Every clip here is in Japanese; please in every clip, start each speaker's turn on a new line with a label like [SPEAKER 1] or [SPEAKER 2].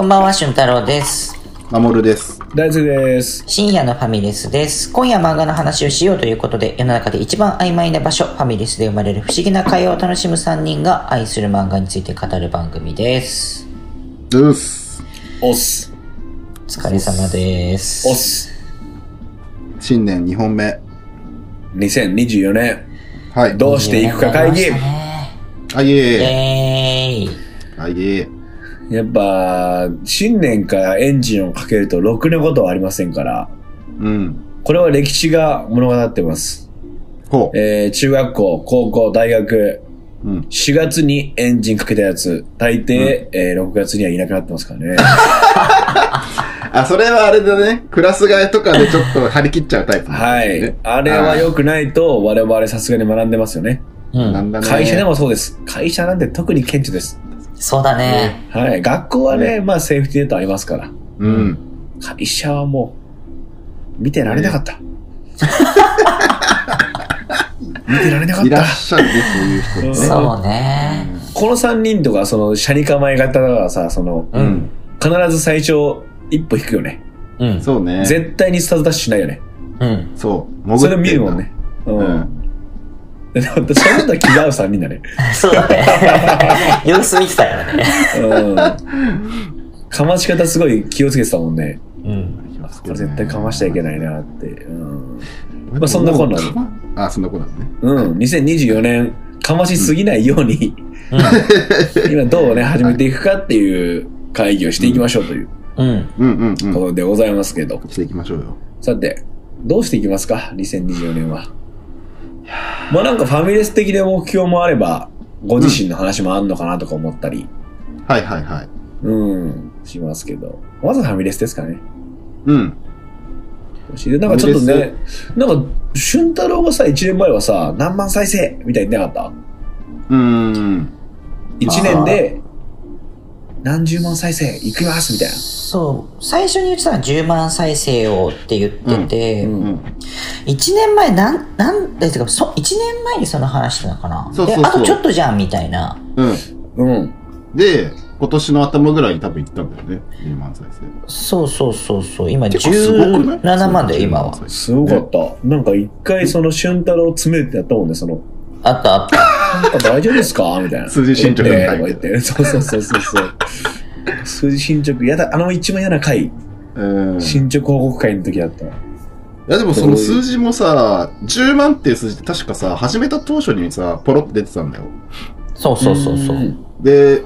[SPEAKER 1] んばんは、俊太郎です。
[SPEAKER 2] マモルです。
[SPEAKER 3] 大輔です。
[SPEAKER 1] 深夜のファミレスです。今夜漫画の話をしようということで、世の中で一番曖昧な場所、ファミレスで生まれる不思議な会話を楽しむ3人が愛する漫画について語る番組です。
[SPEAKER 2] うっす。
[SPEAKER 3] おっす。
[SPEAKER 1] お疲れ様です。
[SPEAKER 3] おっす。
[SPEAKER 2] 新年2本目。
[SPEAKER 3] 2024年、
[SPEAKER 2] はい。
[SPEAKER 3] どうしていくか会議。
[SPEAKER 2] あい
[SPEAKER 1] イ
[SPEAKER 2] え。
[SPEAKER 1] エーイ。
[SPEAKER 2] あいえ。
[SPEAKER 3] やっぱ、新年からエンジンをかけると、ろくなことはありませんから、
[SPEAKER 2] うん。
[SPEAKER 3] これは歴史が物語ってます。
[SPEAKER 2] ほう。
[SPEAKER 3] えー、中学校、高校、大学、
[SPEAKER 2] うん。
[SPEAKER 3] 4月にエンジンかけたやつ、大抵、えー6月にはいなくなってます からね。
[SPEAKER 2] あ、それはあれだね。クラス替えとかでちょっと張り切っちゃうタイプ、
[SPEAKER 3] はい。あれは良くないと、我々さすがに学んでますよね。
[SPEAKER 1] う。
[SPEAKER 2] なんんだね。
[SPEAKER 3] 会社で。もそうです。会社なんて特に顕著です。
[SPEAKER 1] そうだね。
[SPEAKER 3] はい。学校は
[SPEAKER 2] ね
[SPEAKER 3] ね、まあセーフティーネットありますから。
[SPEAKER 2] うん。
[SPEAKER 3] 会社はもう、見てられな かった。見てられなかっ
[SPEAKER 2] いら
[SPEAKER 3] た
[SPEAKER 2] っ。しゃるね、そういう人ね。
[SPEAKER 3] ん
[SPEAKER 1] そうね。
[SPEAKER 3] この3人とか、その、車に構え方がさ、その、
[SPEAKER 1] う
[SPEAKER 2] うんん。
[SPEAKER 3] 必ず最初、一歩引くよね。
[SPEAKER 1] うん。
[SPEAKER 2] そうね。
[SPEAKER 3] 絶対にスタートダッシュしないよね。
[SPEAKER 1] うん。
[SPEAKER 2] そう。潜
[SPEAKER 3] そ
[SPEAKER 2] って
[SPEAKER 3] れ
[SPEAKER 2] んだ
[SPEAKER 3] 見るもん。ね。う。
[SPEAKER 2] うんん。
[SPEAKER 3] でも私そんなのは気が合う3人だね。
[SPEAKER 1] そうだね。 様子見てたからね。
[SPEAKER 3] うん。かまし方すごい気をつけてたもんね。
[SPEAKER 1] うん。
[SPEAKER 3] これ絶対かましちゃいけないなって。うん。まあそんなこんなで
[SPEAKER 2] なあ、そんなこんなんね。
[SPEAKER 3] うん。2024年、かましすぎないように、今どうね、始めていくかっていう会議をしていきましょうという
[SPEAKER 1] うん。うん。
[SPEAKER 2] うんうん
[SPEAKER 3] こ
[SPEAKER 2] う
[SPEAKER 3] とでございますけど。
[SPEAKER 2] ん。していきましょうよ。
[SPEAKER 3] さて、どうしていきますか ?2024 年は。まあなんかファミレス的な目標もあれば、ご自身の話もあんのかなとか思ったり、
[SPEAKER 2] はいはいはい。
[SPEAKER 3] うん、しますけど。まずファミレスですかね。
[SPEAKER 2] うん。
[SPEAKER 3] でなんかちょっと
[SPEAKER 2] ファミ
[SPEAKER 3] ね、なんか、俊太郎がさ、1年前はさ、何万再生みたいに言ってなかった
[SPEAKER 2] うーん。
[SPEAKER 3] ?1 年で、何十万再生いきますみたいな。
[SPEAKER 1] そう最初に言ってたのは10万再生をって言ってて、
[SPEAKER 3] うん
[SPEAKER 2] うん。
[SPEAKER 1] 1年前なんなんですかそ1年前にその話してたのかな
[SPEAKER 2] そうそうそう
[SPEAKER 1] であとちょっとじゃんみたいな
[SPEAKER 2] うん。
[SPEAKER 3] うん。
[SPEAKER 2] で、今年の頭ぐらいに多分行ったんだよね、リーマン再生。
[SPEAKER 1] そうそうそうそう今
[SPEAKER 2] てかすごくない
[SPEAKER 1] 17万だよ今は
[SPEAKER 2] そう
[SPEAKER 3] すごかった。なんか一回その俊太郎詰めるってやったもんね、その、
[SPEAKER 1] あったあった
[SPEAKER 3] なんか大丈夫ですかみたいな。
[SPEAKER 2] 数字進捗の回
[SPEAKER 3] 言って。そうそうそうそうそう。数字進捗、やだ、あの一番嫌な回、
[SPEAKER 2] うんい
[SPEAKER 3] 進捗報告会の時だった。
[SPEAKER 2] やでもその数字もさ、10万っていう数字って確かさ、始めた当初にさ、ポロって出てたんだよ。
[SPEAKER 1] そうそうそうそううん
[SPEAKER 3] ん。
[SPEAKER 2] で、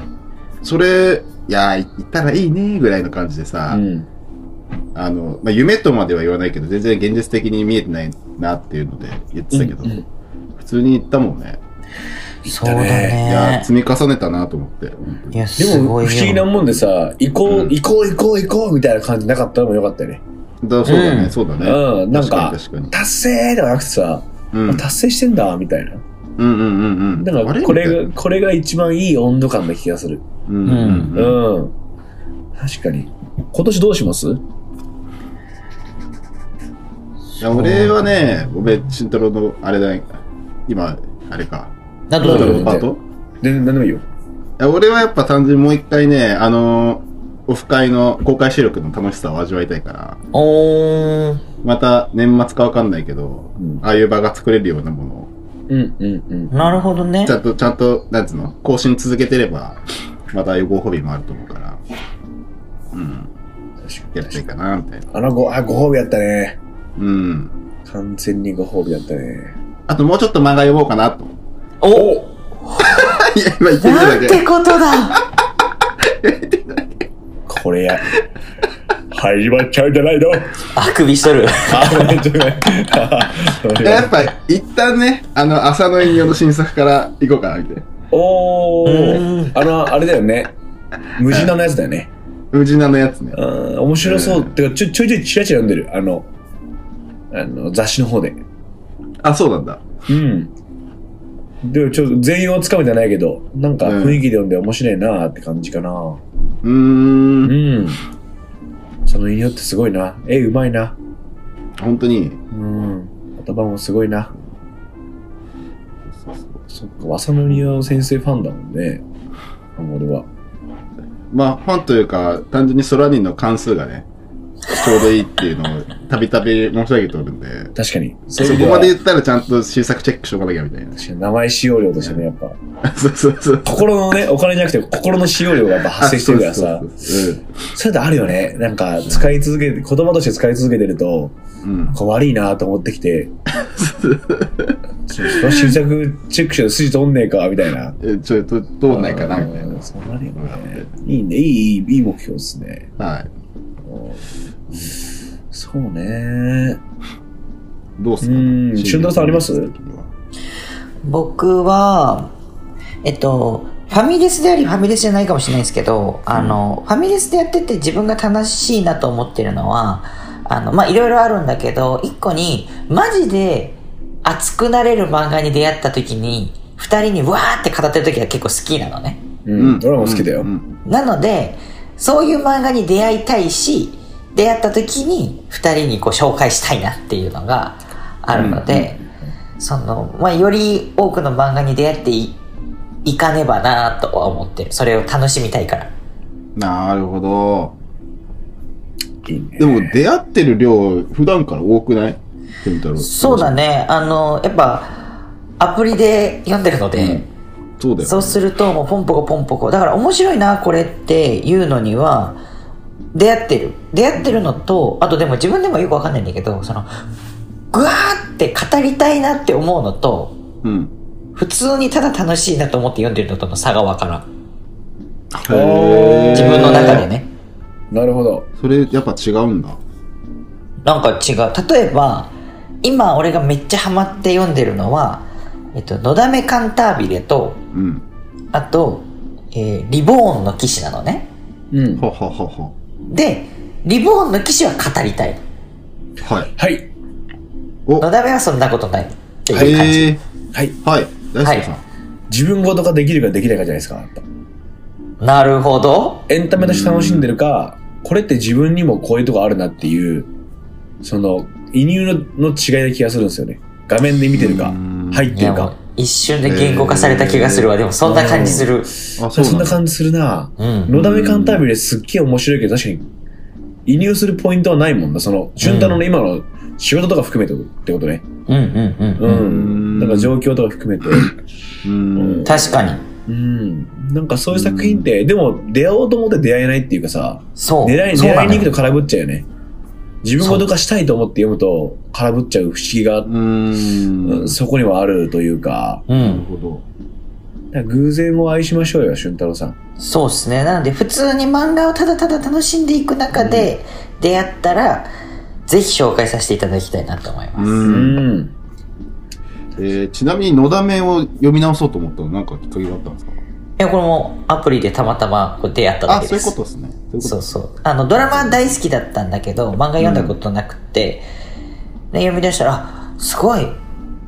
[SPEAKER 2] それ、いやー、行ったらいいねぐらいの感じでさ、あの、まあ、夢とまでは言わないけど、全然現実的に見えてないなっていうので言ってたけど、
[SPEAKER 3] うんうん
[SPEAKER 2] 普通に行ったもんね。
[SPEAKER 1] そうだ
[SPEAKER 2] いやー、
[SPEAKER 1] ね
[SPEAKER 2] 積み重ねたなと思って。本当
[SPEAKER 1] い
[SPEAKER 2] に
[SPEAKER 1] や
[SPEAKER 3] ですも、不
[SPEAKER 1] ごい
[SPEAKER 3] 思
[SPEAKER 1] よ
[SPEAKER 3] 議なもんでさ、行こ
[SPEAKER 2] う
[SPEAKER 3] う、
[SPEAKER 2] ん
[SPEAKER 3] 行こう、行こう、行こう、みたいな感じなかったのもよかったよね。
[SPEAKER 2] だそうだね、
[SPEAKER 1] うん
[SPEAKER 2] そうだね。
[SPEAKER 3] うんなん
[SPEAKER 2] 確
[SPEAKER 3] か
[SPEAKER 2] かに確か
[SPEAKER 3] 達成とかなくてさ、
[SPEAKER 2] に。うん。
[SPEAKER 3] 達成してんだ、みたいな。
[SPEAKER 2] うんうんうんうん。
[SPEAKER 3] だか
[SPEAKER 2] あ
[SPEAKER 3] ら、こ
[SPEAKER 2] みたい
[SPEAKER 3] れ
[SPEAKER 2] な
[SPEAKER 3] が、これが一番いい温度感な気がする。
[SPEAKER 2] うんうんうん。
[SPEAKER 3] うん。確かに。今年どうします
[SPEAKER 2] いや俺はね、ごめん、慎太郎のあれだね、今、あれか、
[SPEAKER 1] など
[SPEAKER 2] 慎
[SPEAKER 1] うぞ
[SPEAKER 2] 太
[SPEAKER 1] ど
[SPEAKER 2] 郎の
[SPEAKER 1] う
[SPEAKER 2] パ
[SPEAKER 1] ぞ
[SPEAKER 2] ート
[SPEAKER 3] 全然何でもいいよ。
[SPEAKER 2] いや俺はやっぱ単純にもう一回ね、あのーオフ会の公開収録の楽しさを味わいたいから、
[SPEAKER 1] おーん
[SPEAKER 2] また年末かわかんないけど、
[SPEAKER 3] うん
[SPEAKER 2] ああいう場が作れるようなものを、
[SPEAKER 3] うん、うん、
[SPEAKER 1] なるほどね
[SPEAKER 2] ちゃんと、ちゃんと、なんつうの、更新続けてれば、またああいうご褒美もあると思うから、うん、
[SPEAKER 3] うん。確か
[SPEAKER 2] やりたいかな、みたいな。
[SPEAKER 3] あのご、あ、ご褒美やったね。
[SPEAKER 2] うん。
[SPEAKER 3] 完全にご褒美だったね。
[SPEAKER 2] あともうちょっと漫画読もうかなと。
[SPEAKER 1] お
[SPEAKER 2] いや、今言ってみた
[SPEAKER 1] な
[SPEAKER 2] だ
[SPEAKER 1] ん
[SPEAKER 2] け。
[SPEAKER 1] てことだ
[SPEAKER 3] これ や。始まっちゃうんじゃないの
[SPEAKER 1] あくびしと る
[SPEAKER 3] あ、ごめん、ちょっとごめん
[SPEAKER 2] い ややっぱ、一旦ね、あの、浅野営業の新作から行こうかな、みたいな。
[SPEAKER 3] お
[SPEAKER 1] う
[SPEAKER 3] ー。あの、あれだよね。無人のやつだよね。
[SPEAKER 2] 宇治菜のやつね。
[SPEAKER 3] うん、面白そう。てか、ちょちょいちょいチラチラ読んでる。あの、あの、雑誌の方で。
[SPEAKER 2] あ、そうなんだ。
[SPEAKER 3] うん。でも、ちょっと全容をつかめてないけど、なんか雰囲気で読んで面白いなーって感じかな。
[SPEAKER 2] うー。
[SPEAKER 3] うんん。そのよってすごいな。絵うまいな。
[SPEAKER 2] 本当に。
[SPEAKER 3] うん。頭もすごいな。
[SPEAKER 2] そうそう
[SPEAKER 3] そっか、浅野里央先生ファンだもんね。あ俺は。
[SPEAKER 2] まあ本というか、単純にソラニンの関数がね、ちょうどいいっていうのをたびたび申し上げておるんで、
[SPEAKER 3] 確かに。そ
[SPEAKER 2] そこまで言ったらちゃんと新作チェックしとかなきゃみたいな。
[SPEAKER 3] 確かに名前使用料としてね、やっぱ。
[SPEAKER 2] そうそうそう。
[SPEAKER 3] 心のね、お金じゃなくて心の使用料がやっぱ発生してるからさ。
[SPEAKER 2] あそうそう
[SPEAKER 3] それってあるよね。なんか、使い続けて、言葉として使い続けてると、
[SPEAKER 2] そううん。うん
[SPEAKER 3] こう悪いなと思って きて、そうその新作チェックして筋通んねえか、みたいな。
[SPEAKER 2] え、ちょっと通んないかなみたい
[SPEAKER 3] うん
[SPEAKER 2] な。
[SPEAKER 3] そうなるよね。いいね、いい、いい、いい目標ですね。
[SPEAKER 2] はい。
[SPEAKER 3] うんそうね。
[SPEAKER 2] どうすか
[SPEAKER 3] うん俊太郎さんあります
[SPEAKER 1] 僕は、えっと、ファミレスでありファミレスじゃないかもしれないですけど、あの、ファミレスでやってて自分が楽しいなと思ってるのは、あの、まあ、いろいろあるんだけど、一個に、マジで熱くなれる漫画に出会った時に、二人にわーって語ってる時は結構好きなのね。
[SPEAKER 3] う
[SPEAKER 2] うん
[SPEAKER 3] ん、ドラマ好きだよ
[SPEAKER 2] う。ん
[SPEAKER 1] なので、そういう漫画に出会いたいし、出会った時に二人にこう紹介したいなっていうのがあるので、その、まあ、より多くの漫画に出会っていいかねばなとは思ってる。それを楽しみたいから。
[SPEAKER 2] なるほど。
[SPEAKER 3] いいね
[SPEAKER 2] でも出会ってる量、普段から多くない俊太郎
[SPEAKER 1] そうだ。ね、あの、やっぱ、アプリで読んでるので、
[SPEAKER 2] そうだよ。
[SPEAKER 1] そうするともうポンポコポンポコだから面白いなこれっていうのには出会ってる出会ってるのとあとでも自分でもよくわかんないんだけどそのグワーって語りたいなって思うのと
[SPEAKER 2] うん。
[SPEAKER 1] 普通にただ楽しいなと思って読んでるのとの差がわからん
[SPEAKER 2] へー
[SPEAKER 1] 自分の中でね
[SPEAKER 3] なるほど。
[SPEAKER 2] それやっぱ違うんだ。
[SPEAKER 1] なんか違う例えば今俺がめっちゃハマって読んでるのは「えっと、のだめカンタービレと」
[SPEAKER 2] うん。
[SPEAKER 1] あと、えーリボーンの騎士」なのね
[SPEAKER 3] うん。
[SPEAKER 2] はははは。
[SPEAKER 1] でリボーンの騎士は語りたい
[SPEAKER 2] はい。
[SPEAKER 3] はい。
[SPEAKER 2] お、
[SPEAKER 1] のだめはそんなことないっていう感じ。
[SPEAKER 2] へえ。
[SPEAKER 3] はい。
[SPEAKER 2] はい。大輔さん。
[SPEAKER 3] 自分ごとができるかできないかじゃないですか。やっぱ
[SPEAKER 1] なるほど。
[SPEAKER 3] エンタメとして楽しんでるか、これって自分にもこういうとこあるなっていう、その、移入のの違いな気がするんですよね。画面で見てるか
[SPEAKER 2] うーん、
[SPEAKER 3] 入っ
[SPEAKER 1] い
[SPEAKER 3] て
[SPEAKER 1] や
[SPEAKER 3] る
[SPEAKER 1] も
[SPEAKER 3] か
[SPEAKER 1] う。一瞬で言語化された気がするわ。でもそんな感じする。
[SPEAKER 2] あ、
[SPEAKER 3] そんな
[SPEAKER 2] じ。
[SPEAKER 3] 感じするな
[SPEAKER 1] うん。
[SPEAKER 3] のだめカンタービレすっげえ面白いけど、確かに、移入するポイントはないもんな。その、俊太郎の今の仕事とか含めてってことね。
[SPEAKER 1] うんうんう。
[SPEAKER 3] うん
[SPEAKER 2] うん
[SPEAKER 3] ん。だから状況とか含めて。
[SPEAKER 2] うん。
[SPEAKER 1] 確かに。
[SPEAKER 3] うん。なんかそういう作品って、でも出会おうと思って出会えないっていうかさ、
[SPEAKER 1] そう。
[SPEAKER 3] 狙い
[SPEAKER 1] そう
[SPEAKER 3] 狙
[SPEAKER 1] ないの
[SPEAKER 3] に
[SPEAKER 1] よ
[SPEAKER 3] 行くと空振っちゃうよね。自分ごと化したいと思って読むと空振っちゃう不思議が、
[SPEAKER 2] うん。
[SPEAKER 3] うんそこにはあるというか、
[SPEAKER 1] う
[SPEAKER 2] なる
[SPEAKER 1] ん。
[SPEAKER 2] ほど。
[SPEAKER 3] だから偶然を愛しましょうよ、俊太郎さん。
[SPEAKER 1] そうですね。なので普通に漫画をただただ楽しんでいく中で出会ったら、ぜひ紹介させていただきたいなと思います。
[SPEAKER 3] う
[SPEAKER 2] うん。
[SPEAKER 3] ん。
[SPEAKER 2] えーちなみに、のだめを読み直そうと思ったの、なんかきっかけがあったんですか
[SPEAKER 1] いや、これもアプリでたまたまこう出会っただ
[SPEAKER 2] あ、
[SPEAKER 1] け
[SPEAKER 2] そう
[SPEAKER 1] で
[SPEAKER 2] いうこ
[SPEAKER 1] す。
[SPEAKER 2] とですね。そういうこ
[SPEAKER 1] そ
[SPEAKER 2] と
[SPEAKER 1] うそう。あの、ドラマ大好きだったんだけど、漫画読んだことなくて、で読み出したら、あすごい、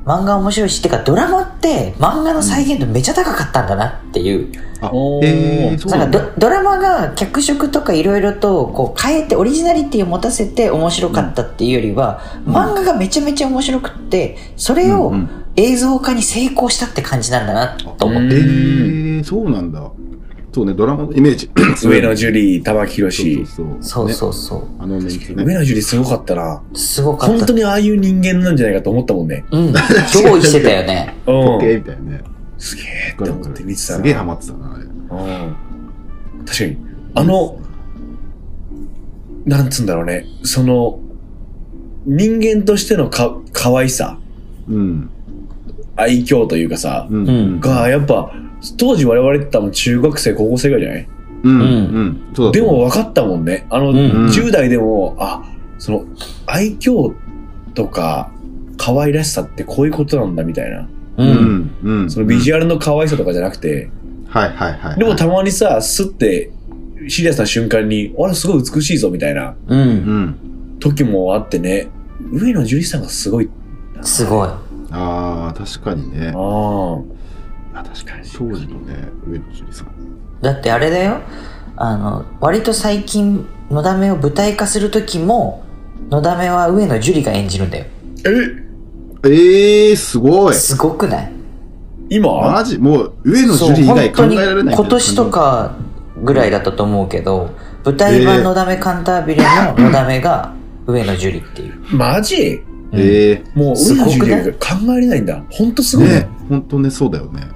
[SPEAKER 1] 漫画面白いし、てかドラマって漫画の再現度めちゃ高かったんだなっていう。
[SPEAKER 2] あ
[SPEAKER 3] お、ー
[SPEAKER 2] へえ、そう
[SPEAKER 1] な
[SPEAKER 2] なんん
[SPEAKER 1] か
[SPEAKER 2] だ。
[SPEAKER 1] ドドラマが脚色とかいろいろとこう変えてオリジナリティを持たせて面白かったっていうよりは、漫画がめちゃめちゃ面白くって、それを
[SPEAKER 2] うんうん
[SPEAKER 1] 映像化に成功したって感じなんだなと思って。
[SPEAKER 2] えー、そうなんだ。そうね、ドラマのイメージ。
[SPEAKER 3] 上野樹里、玉木
[SPEAKER 2] そう
[SPEAKER 3] 宏。
[SPEAKER 2] そう
[SPEAKER 1] そう
[SPEAKER 2] ね
[SPEAKER 1] そうそう。
[SPEAKER 2] あのメンツ
[SPEAKER 3] 上
[SPEAKER 2] ね。
[SPEAKER 3] 野樹里すごかったな。
[SPEAKER 1] すごかっ
[SPEAKER 3] 本
[SPEAKER 1] た
[SPEAKER 3] 当。にああいう人間なんじゃないかと思ったもんね。
[SPEAKER 1] うん。憑依してたよね。
[SPEAKER 3] う
[SPEAKER 2] オッケ
[SPEAKER 3] ん。
[SPEAKER 2] ーみたいなね。
[SPEAKER 3] すげえって思って見てた
[SPEAKER 2] すげえハ
[SPEAKER 3] な。
[SPEAKER 2] マってたな、あれ。
[SPEAKER 3] うん。確かに。あの、なんつうんだろうね。その、人間としてのか、可愛さ。
[SPEAKER 2] うん。
[SPEAKER 3] 愛嬌というかさ、
[SPEAKER 2] うん。
[SPEAKER 1] うん
[SPEAKER 3] が、やっぱ、当時我々って多分中学生、高校生ぐらいじゃない
[SPEAKER 2] うん。
[SPEAKER 1] う
[SPEAKER 2] うんん。そうだ
[SPEAKER 3] で
[SPEAKER 2] と思
[SPEAKER 3] も分かったもんね。あの、
[SPEAKER 1] うん
[SPEAKER 2] うん
[SPEAKER 3] 10代でも、あ、その、愛嬌とか、可愛らしさってこういうことなんだみたいな。
[SPEAKER 1] う。
[SPEAKER 2] う、うんん。うん。
[SPEAKER 3] そのビジ
[SPEAKER 2] ュ
[SPEAKER 3] ュアルの可愛さとかじゃなくて、
[SPEAKER 2] アル。はいはいはい。
[SPEAKER 3] でもたまにさ、スッて、シリアスな瞬間に、あれすごい美しいぞみたいな
[SPEAKER 1] う。
[SPEAKER 2] うんん。
[SPEAKER 3] 時もあってね、上野樹里さんがすごい。
[SPEAKER 1] すごい。
[SPEAKER 2] ああ、確かにね。
[SPEAKER 3] ああ。
[SPEAKER 2] あ確かに。当時のね、上野樹里さん。
[SPEAKER 1] だってあれだよ。あの、割と最近、のだめを舞台化する時も、のだめは上野樹里が演じるんだよ。
[SPEAKER 3] え
[SPEAKER 2] えー、すごい。
[SPEAKER 1] すごくない
[SPEAKER 3] 今
[SPEAKER 2] マジもう、上野樹里以外考えられない。
[SPEAKER 1] 今年と。か、ぐらいだったと思うけど、舞台版のだめカンタービレののだめが上野樹里っていう。
[SPEAKER 3] マジ
[SPEAKER 1] うん
[SPEAKER 2] ええ
[SPEAKER 3] もう、
[SPEAKER 1] す
[SPEAKER 3] 上
[SPEAKER 1] ご
[SPEAKER 3] 野
[SPEAKER 1] くない
[SPEAKER 3] 樹里が考えれないんだ。ほんとすごいね。
[SPEAKER 2] ね本当ね、そうだよね。
[SPEAKER 3] だ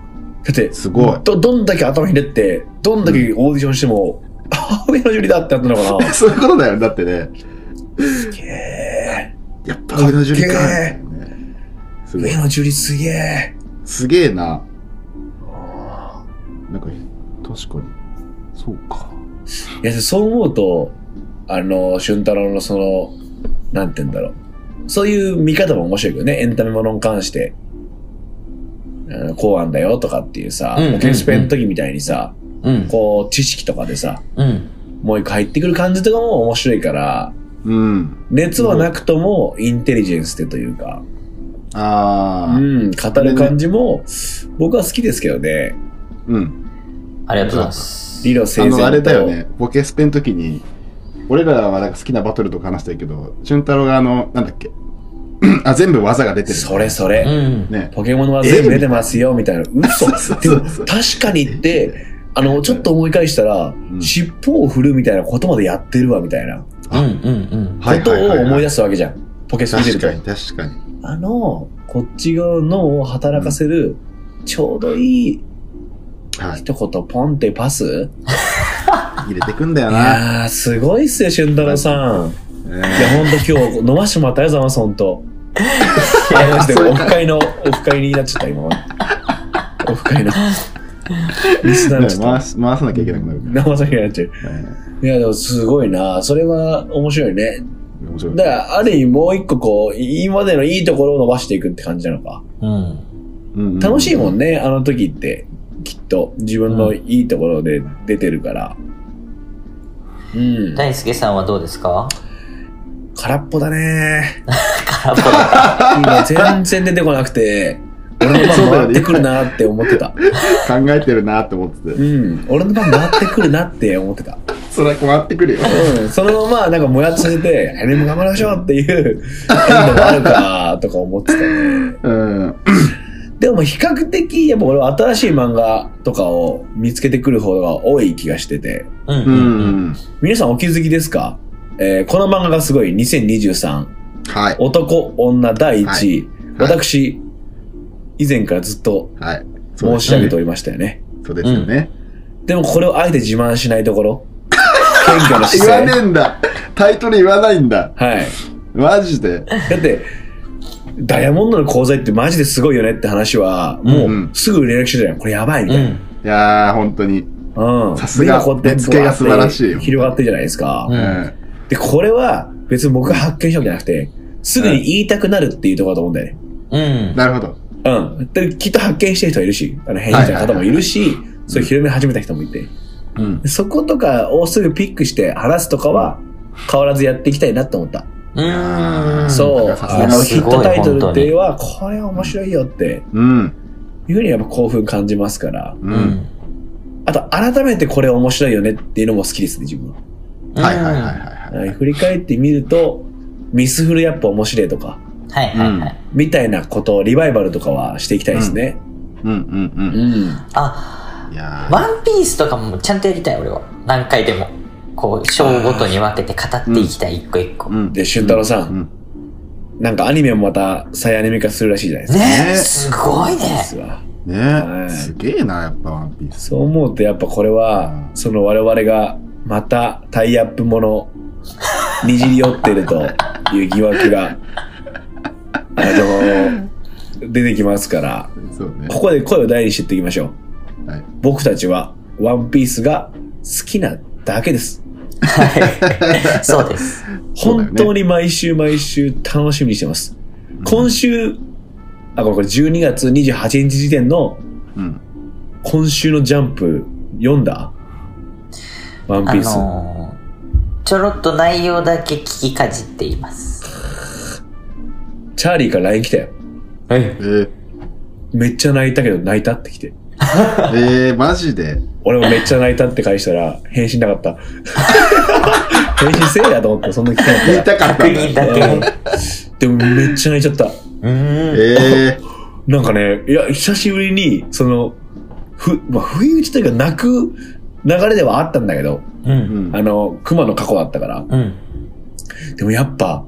[SPEAKER 3] って、
[SPEAKER 2] すごい。。
[SPEAKER 3] ど、どんだけ頭ひねって、どんだけオーディションしても、あ、上野樹里だってなったのか な
[SPEAKER 2] そういうことだよね。だってね、
[SPEAKER 3] すげえ。
[SPEAKER 2] やっぱ上野樹里
[SPEAKER 3] か
[SPEAKER 2] か
[SPEAKER 3] っけえ。
[SPEAKER 2] ねすごい
[SPEAKER 3] 上野樹里すげえ。
[SPEAKER 2] すげえな。なんか、確かに。そうか。
[SPEAKER 3] いや、そう思うと、あの、俊太郎のその、なんて言うんだろう。そういう見方も面白いけどね、エンタメものに関して。うんこうあんだよとかっていうさ、
[SPEAKER 1] うんうんうん
[SPEAKER 3] ポケスペの時みたいにさ、
[SPEAKER 1] うん。
[SPEAKER 3] こう知識とかでさ、
[SPEAKER 1] うん。
[SPEAKER 3] もう一個入ってくる感じとかも面白いから、
[SPEAKER 2] うん。
[SPEAKER 3] 熱はなくともインテリジェンスでというか、う
[SPEAKER 2] ああ。
[SPEAKER 3] ん、語る感じも、僕は好きですけどね、
[SPEAKER 2] うん。
[SPEAKER 1] ありがとうございます。
[SPEAKER 3] 理路整
[SPEAKER 2] あ
[SPEAKER 3] 然と。
[SPEAKER 2] の、あれだよね。ボケスペの時に、俺らはなんか好きなバトルとか話したいけど、俊太郎があの、なんだっけ。 あ、全部技が出てる。
[SPEAKER 3] それそうれ。
[SPEAKER 1] ん。
[SPEAKER 2] ね。
[SPEAKER 3] ポケモンは全部出てますよ、みたいな。嘘
[SPEAKER 2] そうそう
[SPEAKER 3] で
[SPEAKER 2] そ
[SPEAKER 3] も
[SPEAKER 2] うそう
[SPEAKER 3] 確かにって、あの、ちょっと思い返したら、
[SPEAKER 2] ん
[SPEAKER 3] 尻尾を振るみたいなことまでやってるわ、みたいなこ
[SPEAKER 1] うんうん
[SPEAKER 3] とを思い出すわけじゃん。ポケス見て
[SPEAKER 2] 確
[SPEAKER 3] る
[SPEAKER 2] か
[SPEAKER 3] と
[SPEAKER 2] に、。確かに。
[SPEAKER 3] あの、こっち側の脳を働かせる、ちょうどいい
[SPEAKER 2] はい。
[SPEAKER 3] 一言ポンってパス
[SPEAKER 2] 入れてくんだよ
[SPEAKER 3] い
[SPEAKER 2] な。
[SPEAKER 3] やー、すごいっすよ、俊太郎さん。いや、
[SPEAKER 2] え
[SPEAKER 3] ほんと今日、飲ましてもらったよ、ざます、ほんと。ありましたよオフ会の、オフ会になっちゃった、今。オフ会の。
[SPEAKER 2] えね
[SPEAKER 3] リスナーになっちゃった。
[SPEAKER 2] 回す回さなきゃいけなくなるから。
[SPEAKER 3] 生酒になっちゃう。
[SPEAKER 2] え
[SPEAKER 3] いや、でもすごいな。それは面白いね。
[SPEAKER 2] え面白い
[SPEAKER 3] だから、ある意味もう一個こう、今までのいいところを伸ばしていくって感じなのか。
[SPEAKER 1] うん。うん。
[SPEAKER 2] うんうん
[SPEAKER 3] 楽しいもんね、あの時って。きっと、自分のいいところで出てるから。うん。
[SPEAKER 1] 大輔さんはどうですか
[SPEAKER 3] 空っぽ だね。
[SPEAKER 1] 空っぽだ
[SPEAKER 3] 今全然出てこなくて、俺の番回ってくるなって思ってた。
[SPEAKER 2] 考えてるなって思ってて。
[SPEAKER 3] うん。俺の番回ってくるなって思ってた。
[SPEAKER 2] それは困ってくるよ。
[SPEAKER 3] うん、そのままなんかもやっとしてて、来年も頑張りましょうっ ていう、のもあるかとか思ってたね。
[SPEAKER 2] うん。
[SPEAKER 3] でも比較的、やっぱ俺は新しい漫画とかを見つけてくる方が多い気がしてて、
[SPEAKER 1] うん
[SPEAKER 2] う
[SPEAKER 1] うん
[SPEAKER 2] ん。
[SPEAKER 3] 皆さんお気づきですかえーこの漫画がすごい2023、
[SPEAKER 2] はい。
[SPEAKER 3] 男、女第1位、
[SPEAKER 2] はい
[SPEAKER 3] 私、以前からずっと
[SPEAKER 2] はい。そう
[SPEAKER 3] 申
[SPEAKER 2] で
[SPEAKER 3] し
[SPEAKER 2] す
[SPEAKER 3] 上
[SPEAKER 2] よ
[SPEAKER 3] げ
[SPEAKER 2] ね
[SPEAKER 3] ておりましたよね。
[SPEAKER 2] そうですよね。
[SPEAKER 3] でもこれをあえて自慢しないところ、謙虚な
[SPEAKER 2] 言わ
[SPEAKER 3] 姿
[SPEAKER 2] ね
[SPEAKER 3] 勢。
[SPEAKER 2] えんだ。タイトル言わないんだ。
[SPEAKER 3] はい。
[SPEAKER 2] マジで。
[SPEAKER 3] だって、ダイヤモンドの鉱材ってマジですごいよねって話は、も
[SPEAKER 2] う
[SPEAKER 3] うんすぐ連絡してたじゃん。これやばいみ
[SPEAKER 1] うん。う
[SPEAKER 3] たいな。
[SPEAKER 1] ん。
[SPEAKER 2] いやー、本当に。
[SPEAKER 3] うん。
[SPEAKER 2] さすが
[SPEAKER 3] 目こうやって
[SPEAKER 2] 目付けが素晴らしいよ
[SPEAKER 3] 広がってるじゃないですか。
[SPEAKER 1] う
[SPEAKER 2] うんん。
[SPEAKER 3] で、これは別に僕が発見したわけじゃなくて、すぐに言いたくなるっていうところだと思うんだよね。
[SPEAKER 1] うん。
[SPEAKER 2] なるほど。
[SPEAKER 3] うん。で、きっと発見してる人はいるし、あの、編集者の方もいるし、そういう広め始めた人もいて。
[SPEAKER 2] うん。
[SPEAKER 3] そことかをすぐピックして話すとかは、変わらずやっていきたいなと思った。
[SPEAKER 1] うん。
[SPEAKER 3] そう。
[SPEAKER 2] さすが
[SPEAKER 3] あの、
[SPEAKER 1] す
[SPEAKER 3] ヒッ
[SPEAKER 1] ごい
[SPEAKER 3] トタイトルっていうのは、これ面白いよって
[SPEAKER 2] うん。
[SPEAKER 3] いうふうにやっぱ興奮感じますから。
[SPEAKER 1] う
[SPEAKER 2] うん。
[SPEAKER 3] あと、改めてこれ面白いよねっていうのも好きですね、自分は。
[SPEAKER 1] うん
[SPEAKER 2] はいはいはいはい
[SPEAKER 3] はい振り返ってみると、ミスフルやっぱ面白いとか、
[SPEAKER 1] はいはいはい。
[SPEAKER 3] みたいなことをリバイバルとかはしていきたいですね。
[SPEAKER 2] うん
[SPEAKER 3] う
[SPEAKER 2] うん
[SPEAKER 3] ん。
[SPEAKER 1] あ、
[SPEAKER 2] うん。いやー。
[SPEAKER 1] ワンピースとかもちゃんとやりたい、俺は。何回でも。こう、章ごとに分けて語っていきたい、一個一個。
[SPEAKER 2] う
[SPEAKER 1] ね
[SPEAKER 2] ん。
[SPEAKER 3] で、俊太郎さ、
[SPEAKER 2] うんん。
[SPEAKER 3] なんかアニメもまた再アニメ化するらしいじゃないですか。
[SPEAKER 1] え、
[SPEAKER 2] ね
[SPEAKER 1] すごい ね。
[SPEAKER 3] 実は
[SPEAKER 2] ね
[SPEAKER 3] はい
[SPEAKER 2] すげえな、やっぱワンピース。
[SPEAKER 3] そう思うとやっぱこれは、その我々がまたタイアップもの、にじり寄ってるという疑惑が、あの、出てきますから。
[SPEAKER 2] そうね。
[SPEAKER 3] ここで声を大にしていっていきましょう。
[SPEAKER 2] はい
[SPEAKER 3] 僕たちは、ワンピースが好きなだけです。
[SPEAKER 1] はい。そうです。
[SPEAKER 2] そうだよね
[SPEAKER 3] 本当に毎週毎週楽しみにしてます。今週、あ、これこれ12月28日時点の
[SPEAKER 2] うん。
[SPEAKER 3] 今週のジャンプ読んだワン
[SPEAKER 1] あ
[SPEAKER 3] ピース。
[SPEAKER 1] のー、ちょろっと内容だけ聞きかじっています。
[SPEAKER 3] チャーリーから LINE 来たよ。
[SPEAKER 1] はい
[SPEAKER 2] え。ー、
[SPEAKER 3] めっちゃ泣いたけど泣いたって来て。
[SPEAKER 2] えー、マジで。
[SPEAKER 3] 俺もめっちゃ泣いたって返したら返信な かった。返信せえやと思って、そんな来たか
[SPEAKER 2] 言い
[SPEAKER 3] った
[SPEAKER 2] かった
[SPEAKER 1] 確
[SPEAKER 2] んだ。
[SPEAKER 1] 認だけ。
[SPEAKER 3] た。でもめっちゃ泣いちゃった。
[SPEAKER 1] うーん。
[SPEAKER 2] え
[SPEAKER 3] なんかね、いや、久しぶりに、その、ふ、まあ、不意打ちというか、泣く、流れではあったんだけど、
[SPEAKER 1] う。
[SPEAKER 2] うんん
[SPEAKER 3] あの、熊の過去だったから。
[SPEAKER 1] うん。
[SPEAKER 3] でもやっぱ、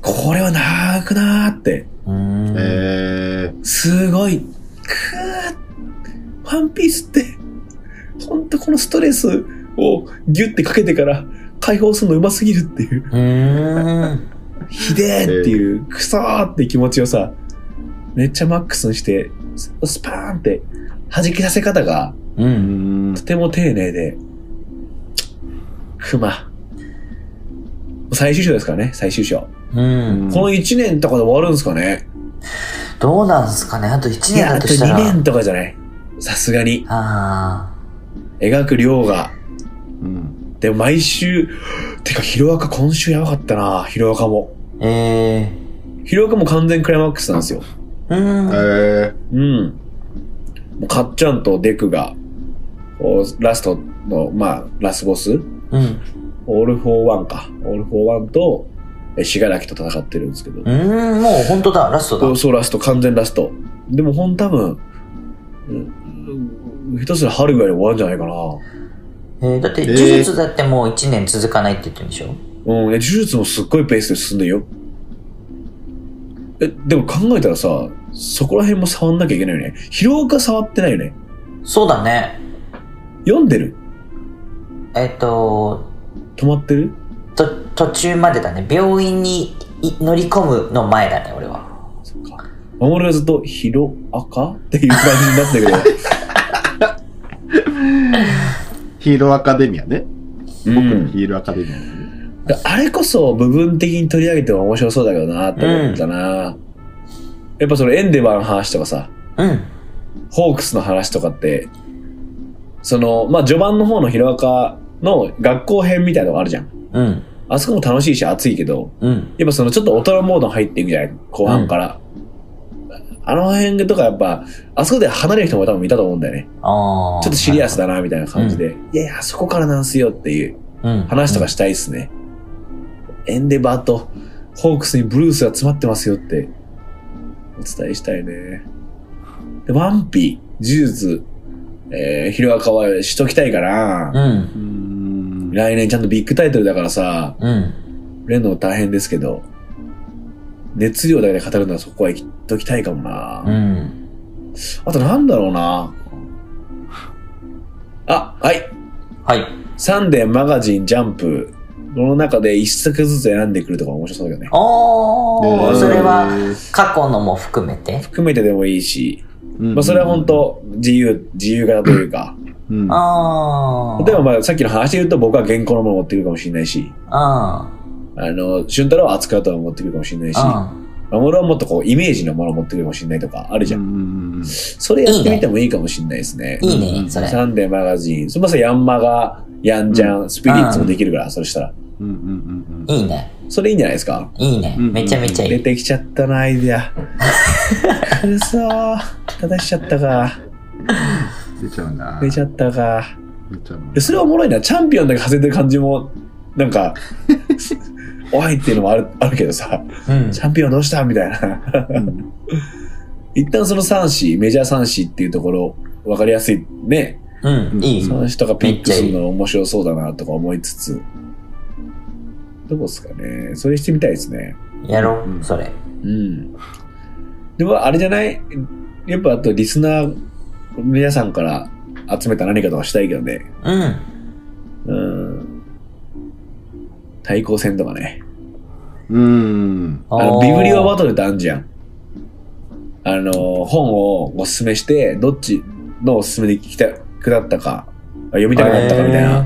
[SPEAKER 3] これは長くなーって、
[SPEAKER 1] うん。
[SPEAKER 2] え
[SPEAKER 3] すごい、くーワンピースって、ほんとこのストレスをギュってかけてから解放するのうますぎるっていう、
[SPEAKER 1] うん。
[SPEAKER 3] ひでーっていう、くそーって気持ちをさ、めっちゃマックスにして、ススパーンって弾き出せ方が
[SPEAKER 1] う。
[SPEAKER 2] ー、うんん
[SPEAKER 3] とても丁寧で、クマ。最終章ですからね、最終章。
[SPEAKER 1] うん。
[SPEAKER 3] この1年とかで終わるんですかね
[SPEAKER 1] どうなんすかねあと1
[SPEAKER 3] い
[SPEAKER 1] 年
[SPEAKER 3] や、あ
[SPEAKER 1] だと
[SPEAKER 3] と
[SPEAKER 1] した
[SPEAKER 3] 2
[SPEAKER 1] ら。
[SPEAKER 3] 年とかじゃないさすがに。
[SPEAKER 1] あ
[SPEAKER 3] 描く量が。
[SPEAKER 2] うん
[SPEAKER 3] で、毎週、てか、ヒロアカ今週やばかったな、ヒロアカも。
[SPEAKER 1] あ。え
[SPEAKER 3] ヒロアカも完全クライマックスなんですよ。
[SPEAKER 1] ー。うん。
[SPEAKER 2] え
[SPEAKER 3] うん。もうかっちゃんとデクが、こうラストの、まあ、ラスボス、
[SPEAKER 1] うん。
[SPEAKER 3] オール・フォー・ワンか。オール・フォー・ワンと、え死柄木と戦ってるんですけど。
[SPEAKER 1] うん、もう本当だ、ラストだ。
[SPEAKER 3] そううそう、ラスト、完全ラスト。でも、ほん多分、うんうん下手すら春ぐらいで終わるんじゃないかな。
[SPEAKER 1] えーだって、
[SPEAKER 2] えー
[SPEAKER 1] 呪術だってもう1年続かないって言ってるんでしょ
[SPEAKER 3] うん、え、呪術もすっごいペースで進んでるよ。え、でも考えたらさ、そこら辺も触んなきゃいけないよね。広岡触ってないよね。
[SPEAKER 1] そうだね。
[SPEAKER 3] 読んでる
[SPEAKER 1] えっ、と
[SPEAKER 3] 止まってる
[SPEAKER 1] と、途中までだね。病院にい乗り込むの前だね、俺は。
[SPEAKER 3] そっか。守がずっと、広赤っていう感じにな ってるけ
[SPEAKER 2] ー、ヒーローアカデミアね。
[SPEAKER 3] ど。う
[SPEAKER 2] 僕の
[SPEAKER 3] ん。
[SPEAKER 2] ヒーローアカデミアですね。
[SPEAKER 3] あれこそ部分的に取り上げても面白そうだけどなって思ったな、やっぱそのエンデバーの話とかさ、
[SPEAKER 1] うん。
[SPEAKER 3] ホークスの話とかって、その、まあ、序盤の方のヒロアカの学校編みたいなのがあるじゃん。
[SPEAKER 1] うん。
[SPEAKER 3] あそこも楽しいし熱いけど、
[SPEAKER 1] うん。
[SPEAKER 3] やっぱそのちょっと大人モードに入っていくじゃない後半から。あの辺とかやっぱ、あそこで離れる人も多分いたと思うんだよね。
[SPEAKER 1] ああ。
[SPEAKER 3] ちょっとシリアスだな、みたいな感じで。いやいや、そこからなんすよっていう
[SPEAKER 1] うん
[SPEAKER 3] 話とかしたいですね。エンデバーとホークスにブルースが詰まってますよって、お伝えしたいね。で、ワンピ、呪術、えー、ヒロアカはしときたいかな。
[SPEAKER 1] うん。
[SPEAKER 2] うん。
[SPEAKER 3] 来年ちゃんとビッグタイトルだからさ、
[SPEAKER 1] うん。
[SPEAKER 3] 売れるのも大変ですけど、熱量だけで語るならそこは行っときたいかもな。
[SPEAKER 1] うん。
[SPEAKER 3] あとなんだろうな。あ、はい。
[SPEAKER 1] はい。
[SPEAKER 3] サンデーマガジンジャンプ。この中で一作ずつ選んでくるとか面白そうだよね。
[SPEAKER 1] おー、
[SPEAKER 2] で
[SPEAKER 1] それは、
[SPEAKER 2] うん
[SPEAKER 1] 過去のも含めて。
[SPEAKER 3] 含めてでもいいし、まあそれは本当自由、自由型というか。
[SPEAKER 2] うん
[SPEAKER 1] ああ。
[SPEAKER 3] 例えばまあさっきの話で言うと僕は原稿のものを持ってくるかもしれないし、
[SPEAKER 1] あ
[SPEAKER 3] あの、俊太郎は扱うとは持ってくるかもしれないし、
[SPEAKER 1] あ。
[SPEAKER 3] 守はもっとこうイメージのものを持ってくるかもしれないとかあるじゃん。
[SPEAKER 2] うん
[SPEAKER 3] それやってみてもいいかもしれないですね。
[SPEAKER 1] いいね、それ。
[SPEAKER 3] サンデーマガジン。そもそもヤンマガ、ヤンジャン、スピリッツもできるから、それしたら。
[SPEAKER 2] うんうんうん
[SPEAKER 1] いいね。
[SPEAKER 3] それいいんじゃないですか
[SPEAKER 1] いいね。
[SPEAKER 2] うん
[SPEAKER 1] めちゃめちゃい
[SPEAKER 3] 出
[SPEAKER 1] い。
[SPEAKER 3] てきちゃったな、アイデア。うそー。正しちゃったか。
[SPEAKER 2] うん出ちゃうな。
[SPEAKER 3] 出ちゃったか。
[SPEAKER 2] 出ちゃうな。
[SPEAKER 3] でそれはおもろいな。チャンピオンだけ外れてる感じも、なんか、おいっていうのもあるあるけどさ、
[SPEAKER 1] うん
[SPEAKER 3] チ。ャンピオンどうしたみたいな。
[SPEAKER 2] うん
[SPEAKER 3] 一旦その3子、メジャー3子っていうところ、わかりやすいね。
[SPEAKER 1] うん、いい。
[SPEAKER 3] その人がピックするの面白そうだなとか思いつつ、どうですかね。それしてみたいですね。
[SPEAKER 1] やろ
[SPEAKER 2] う
[SPEAKER 1] う、
[SPEAKER 2] ん
[SPEAKER 1] それ。
[SPEAKER 3] うん。でもあれじゃないやっぱあとリスナー、皆さんから集めた何かとかしたいけどね。
[SPEAKER 1] うん。
[SPEAKER 3] うん。対抗戦とかね。
[SPEAKER 2] うん。
[SPEAKER 3] あの、
[SPEAKER 1] おー
[SPEAKER 3] ビブリオバトルってあんじゃん。あの、本をおすすめして、どっちのおすすめで聞きたくなったか、読みたくなったかみたい
[SPEAKER 1] へー。
[SPEAKER 3] な
[SPEAKER 1] は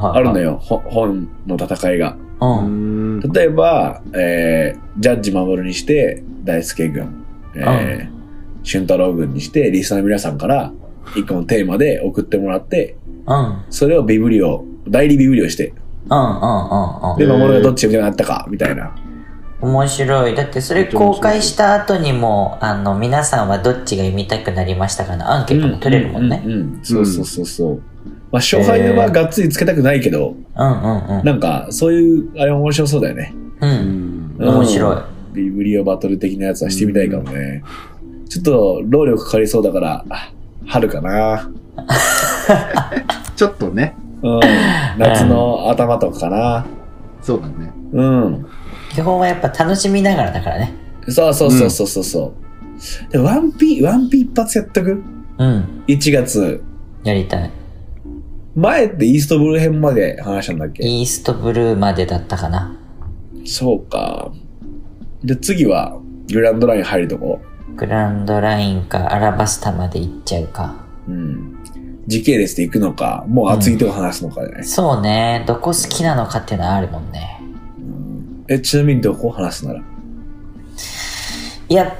[SPEAKER 1] いはい。
[SPEAKER 3] あるの
[SPEAKER 1] よ。
[SPEAKER 3] よ、ほ本の戦いが。
[SPEAKER 1] うん。
[SPEAKER 3] 例えば、えージャッジ守るにして、大輔軍、えー、俊太郎軍にして、リスナーの皆さんから、一個のテーマで送ってもらって、
[SPEAKER 1] うん。うん
[SPEAKER 3] それをビブリオ、代理ビブリオして、
[SPEAKER 1] うんうんうん。
[SPEAKER 3] で、
[SPEAKER 2] へー
[SPEAKER 3] 守るがどっちになったか、みたいな。
[SPEAKER 1] 面白い。だってそれ公開した後にも、あの、皆さんはどっちが読みたくなりましたかのアンケートも取れるもんね
[SPEAKER 3] う。ん。うんそうそうそうそう。まあ、勝敗はがっつりつけたくないけど、
[SPEAKER 1] うんうんうん。
[SPEAKER 3] なんか、そういう、あれ面白そうだよね。
[SPEAKER 1] うん。
[SPEAKER 3] うん
[SPEAKER 1] 面白い。
[SPEAKER 3] ビブリオバトル的なやつはしてみたいかもね。ちょっと、労力かかりそうだから、あ春かな。
[SPEAKER 2] ちょっとね。
[SPEAKER 3] うん、夏の頭とかかな。
[SPEAKER 2] そうだね。
[SPEAKER 3] うん。
[SPEAKER 1] 基本はやっぱ楽しみながらだからね。
[SPEAKER 3] そうそうそうそうそうそう。で、ワンピ、ワンピ一発やっとく
[SPEAKER 1] うん。
[SPEAKER 3] ?1 月。
[SPEAKER 1] やりたい。
[SPEAKER 3] 前ってイーストブル編まで話したんだっけ
[SPEAKER 1] イーストブルーまでだったかな。
[SPEAKER 3] そうか。で、次は、グランドライン入るとこ。
[SPEAKER 1] グランドラインかアラバスタまで行っちゃうか。
[SPEAKER 3] うん。時系列で行くのか、もう熱いとこ話すのかじゃない、
[SPEAKER 1] そうね。どこ好きなのかっていうのはあるもんね。
[SPEAKER 3] うんえ、ちなみにどこ話すなら。
[SPEAKER 1] いや、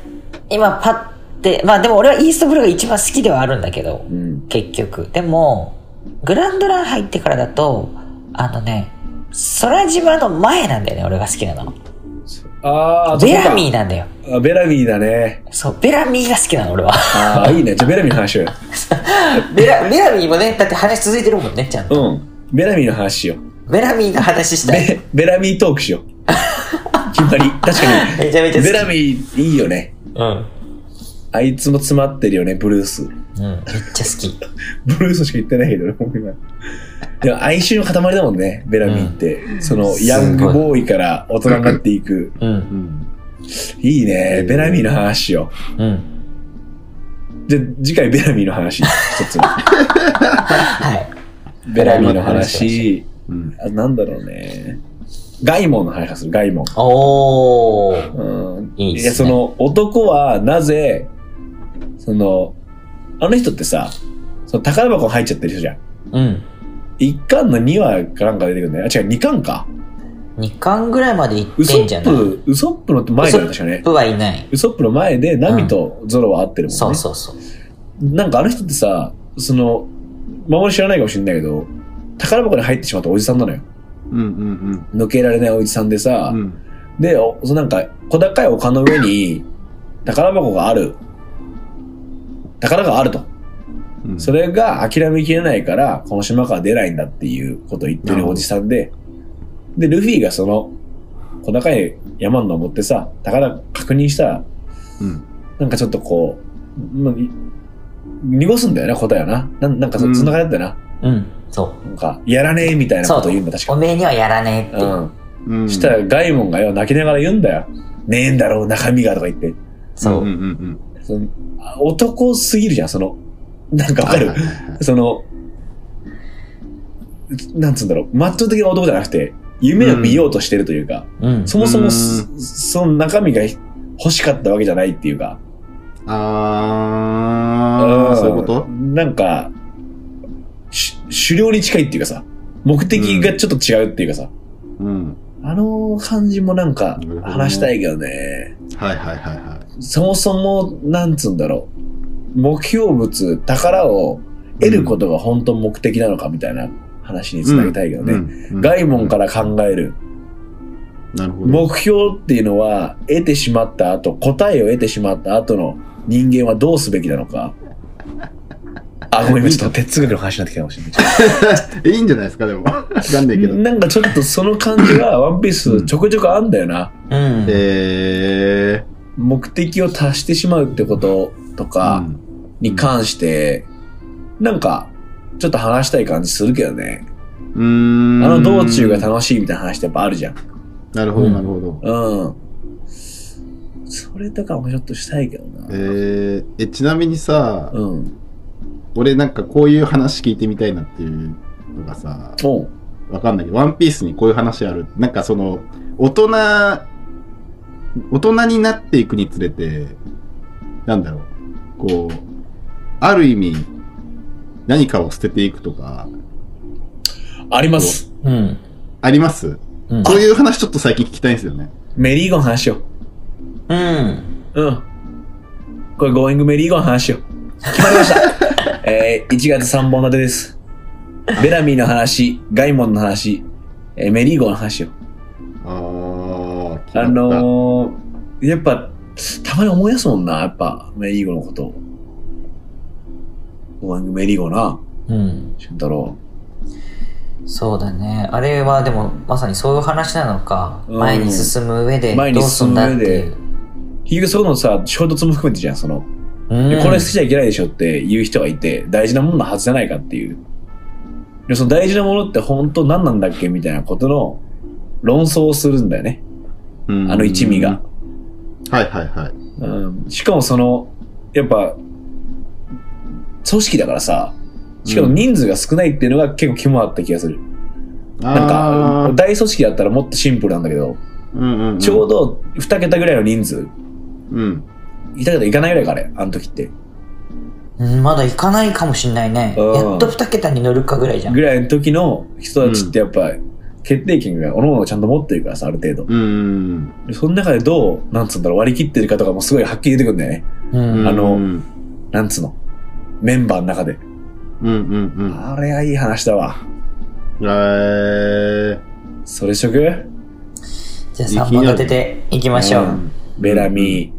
[SPEAKER 1] 今パッて、まあでも俺はイーストブルーが一番好きではあるんだけど
[SPEAKER 3] う、ん。
[SPEAKER 1] 結局。でも、グランドライン入ってからだと、あのね、空島の前なんだよね、俺が好きなの。
[SPEAKER 3] あー、
[SPEAKER 1] ベラミー
[SPEAKER 3] ー
[SPEAKER 1] なんだよ。
[SPEAKER 3] あベラミーだね。
[SPEAKER 1] そう、ベラミーが好きなの、俺は。
[SPEAKER 3] ああ、いいね。じゃあベラミーの話しよ
[SPEAKER 1] ベラ、ベラミーもね、だって話続いてるもんね、ちゃん
[SPEAKER 3] う
[SPEAKER 1] と。
[SPEAKER 3] よ。うん。ベラミーの話しよう。
[SPEAKER 1] ベラミーの話したい。
[SPEAKER 3] ベベラミートーク しよう。決まり。確か
[SPEAKER 1] めちゃめちゃ
[SPEAKER 3] に。
[SPEAKER 1] 好き。
[SPEAKER 3] ベラミーいいよね。
[SPEAKER 1] うん。
[SPEAKER 3] あいつも詰まってるよね、ブルース。
[SPEAKER 1] うん、めっちゃ好き。
[SPEAKER 3] ブルースしか言ってないけどね、もう今。でも哀愁の塊だもんね、ベラミーって。その、
[SPEAKER 1] すごい
[SPEAKER 3] ヤングボーイから大人になっていく。
[SPEAKER 1] うん、
[SPEAKER 2] うん。
[SPEAKER 3] いいね、ベラミーの話しよ
[SPEAKER 1] うん。
[SPEAKER 3] う。じゃあ、次回ベラミーの 話、一つ。
[SPEAKER 1] はい。
[SPEAKER 3] ベラミーの話、
[SPEAKER 2] うん。
[SPEAKER 3] あなんだろうね。ガイモンの話をする、ガイモン。
[SPEAKER 1] おー。
[SPEAKER 3] うん
[SPEAKER 1] いいっすね
[SPEAKER 3] やその男はなぜそのあの人ってさその宝箱に入っちゃってる人じゃん
[SPEAKER 1] うん。
[SPEAKER 3] 1巻の2話かなんか出てくるんだよねあ違う2巻か
[SPEAKER 1] 2巻ぐらいまで行
[SPEAKER 3] ウ
[SPEAKER 1] っ
[SPEAKER 3] ソ
[SPEAKER 1] てんじゃ
[SPEAKER 3] ッ
[SPEAKER 1] ないウ
[SPEAKER 3] プウソップの前だよね確かね
[SPEAKER 1] ソップはいない。
[SPEAKER 3] ウソップの前でナミとゾロは会ってるもんね、
[SPEAKER 1] そうそうそう。
[SPEAKER 3] なんかあの人ってさそのまも知らないかもしれないけど宝箱に入ってしまったおじさんなのよ
[SPEAKER 2] うんうん
[SPEAKER 3] 抜けられないおじさんでさ、
[SPEAKER 2] うん。うん。
[SPEAKER 3] でおそのなんか小高い丘の上に宝箱がある宝があると
[SPEAKER 2] うん
[SPEAKER 3] それが諦めきれないから、この島から出ないんだっていうことを言ってるおじさんで、で、ルフィがその、小高い山に登ってさ、宝確認したら、
[SPEAKER 2] うん。
[SPEAKER 3] なんかちょっとこう、まあ、い濁すんだよな、答えはな。なんなんかそ、
[SPEAKER 2] うん
[SPEAKER 3] そんな感じだったよ
[SPEAKER 1] うん、そう。
[SPEAKER 3] な。なんか、やらねえみたいなことを言うんだ、確
[SPEAKER 1] お
[SPEAKER 3] か。
[SPEAKER 1] めえにはやらねえって。
[SPEAKER 3] うん。
[SPEAKER 2] うん。
[SPEAKER 3] そしたら、ガイモンがよ、泣きながら言うんだよ。ねえんだろう、中身がとか言って。
[SPEAKER 1] そう。
[SPEAKER 2] うんうん
[SPEAKER 3] そのあ男すぎるじゃん、その、なんか
[SPEAKER 2] うん。
[SPEAKER 3] わかる
[SPEAKER 2] はいはいはいはい
[SPEAKER 3] その、なんつうんだろう、マット的な男じゃなくて、夢を見ようとしてるというか、
[SPEAKER 1] うん。
[SPEAKER 3] そもそもす
[SPEAKER 2] う
[SPEAKER 3] その中身が欲しかったわけじゃないっていうか、
[SPEAKER 2] あ
[SPEAKER 3] ん
[SPEAKER 2] ー、そういうこと
[SPEAKER 3] なんか、し狩猟に近いっていうかさ、目的がちょっと違うっていうかさ、
[SPEAKER 2] うん。
[SPEAKER 3] あの感じもなんか
[SPEAKER 2] なるほどね
[SPEAKER 3] 話したいけどね、
[SPEAKER 2] はいはいはいはい。
[SPEAKER 3] そもそも、なんつうんだろう、目標物、宝を得ることが本当目的なのかみたいな話につなげたいけどね。
[SPEAKER 2] うん
[SPEAKER 3] 外門から考える。
[SPEAKER 2] なるほど。
[SPEAKER 3] 目標っていうのは、得てしまった後、答えを得てしまった後の人間はどうすべきなのか。あ、ごめん、今ちょっと哲学の話になってきたかもしれない
[SPEAKER 2] いいんじゃないですか、で も。わかんないけど。
[SPEAKER 3] なんかちょっとその感じは、ワンピースちょくちょくあんだよな。
[SPEAKER 1] うん。
[SPEAKER 2] えー。
[SPEAKER 3] 目的を達してしまうってことと
[SPEAKER 2] う
[SPEAKER 3] か
[SPEAKER 2] ん
[SPEAKER 3] に関して、なんか、ちょっと話したい感じするけどね。
[SPEAKER 2] うー
[SPEAKER 3] あ
[SPEAKER 2] ん。
[SPEAKER 3] の道中が楽しいみたいな話ってやっぱあるじゃん。
[SPEAKER 2] なるほど、なるほど。
[SPEAKER 3] うん。それとかもちょっとしたいけどな。
[SPEAKER 2] えー、え、ちなみにさ、
[SPEAKER 3] うん。
[SPEAKER 2] 俺なんかこういう話聞いてみたいなっていうのがさ、
[SPEAKER 3] おう
[SPEAKER 2] わかんないけど、ワンピースにこういう話ある。なんかその、大人、大人になっていくにつれて、なんだろう、こう、ある意味、何かを捨てていくとか、
[SPEAKER 3] あります。
[SPEAKER 1] うん。
[SPEAKER 2] あります
[SPEAKER 1] うん。
[SPEAKER 2] そういう話ちょっと最近聞きたいんですよね。
[SPEAKER 3] メリーゴンの話しよ
[SPEAKER 1] うん。
[SPEAKER 3] う。うん。これ、ゴーイングメリーゴンの話しよう。決まりました。 えー、1月3本立てです。ベラミーの話、ガイモンの話、えーメリーゴンの話よ。
[SPEAKER 2] あー、決まった
[SPEAKER 3] あのー、やっぱ、たまに思い出すもんな、やっぱ、メリーゴンのこと。ゴーイングメリーゴンな、
[SPEAKER 1] うん。
[SPEAKER 3] 俊太郎。
[SPEAKER 1] そうだね。あれはでも、まさにそういう話なのか。
[SPEAKER 3] うん
[SPEAKER 1] 前に進む上で、
[SPEAKER 3] 前
[SPEAKER 1] ど
[SPEAKER 3] に
[SPEAKER 1] うす
[SPEAKER 3] 進
[SPEAKER 1] ん
[SPEAKER 3] む
[SPEAKER 1] だ
[SPEAKER 3] 上
[SPEAKER 1] って
[SPEAKER 3] で
[SPEAKER 1] いう。
[SPEAKER 3] 結局そこのさ、衝突も含めてじゃん、その、
[SPEAKER 1] うん
[SPEAKER 3] でこれ捨てちゃいけないでしょって言う人がいて大事なもののはずじゃないかっていうでその大事なものって本当何なんだっけみたいなことの論争をするんだよね
[SPEAKER 2] うん
[SPEAKER 3] あの一味が、
[SPEAKER 2] はいはいはい
[SPEAKER 3] うん、しかもそのやっぱ組織だからさしかも人数が少ないっていうのが結構肝あった気がする、なん
[SPEAKER 2] あ
[SPEAKER 3] か
[SPEAKER 2] ー
[SPEAKER 3] 大組織だったらもっとシンプルなんだけど、
[SPEAKER 2] うんうんうん
[SPEAKER 3] ちょうど2桁ぐらいの人数
[SPEAKER 2] うん
[SPEAKER 3] 2桁いかないぐらいかあれあの時って
[SPEAKER 1] うんまだ行かないかもしんないね。
[SPEAKER 3] うん
[SPEAKER 1] やっと2桁に乗るかぐらいじゃん。
[SPEAKER 3] ぐらいの時の人たちってやっぱ、決定権が各々ちゃんと持ってるからさ、ある程度。
[SPEAKER 2] うん
[SPEAKER 3] でその中でどう、なんつうんだろう、割り切ってるかとかもすごいはっきり出てくるんだよね。
[SPEAKER 1] うん
[SPEAKER 2] うん
[SPEAKER 3] あの
[SPEAKER 2] うん
[SPEAKER 3] なんつうの。メンバーの中で。
[SPEAKER 2] うんうん
[SPEAKER 3] あれはいい話だわ。
[SPEAKER 2] うんえー
[SPEAKER 3] それしとく
[SPEAKER 1] じゃあ3本立てていきましょう。
[SPEAKER 3] ベラミ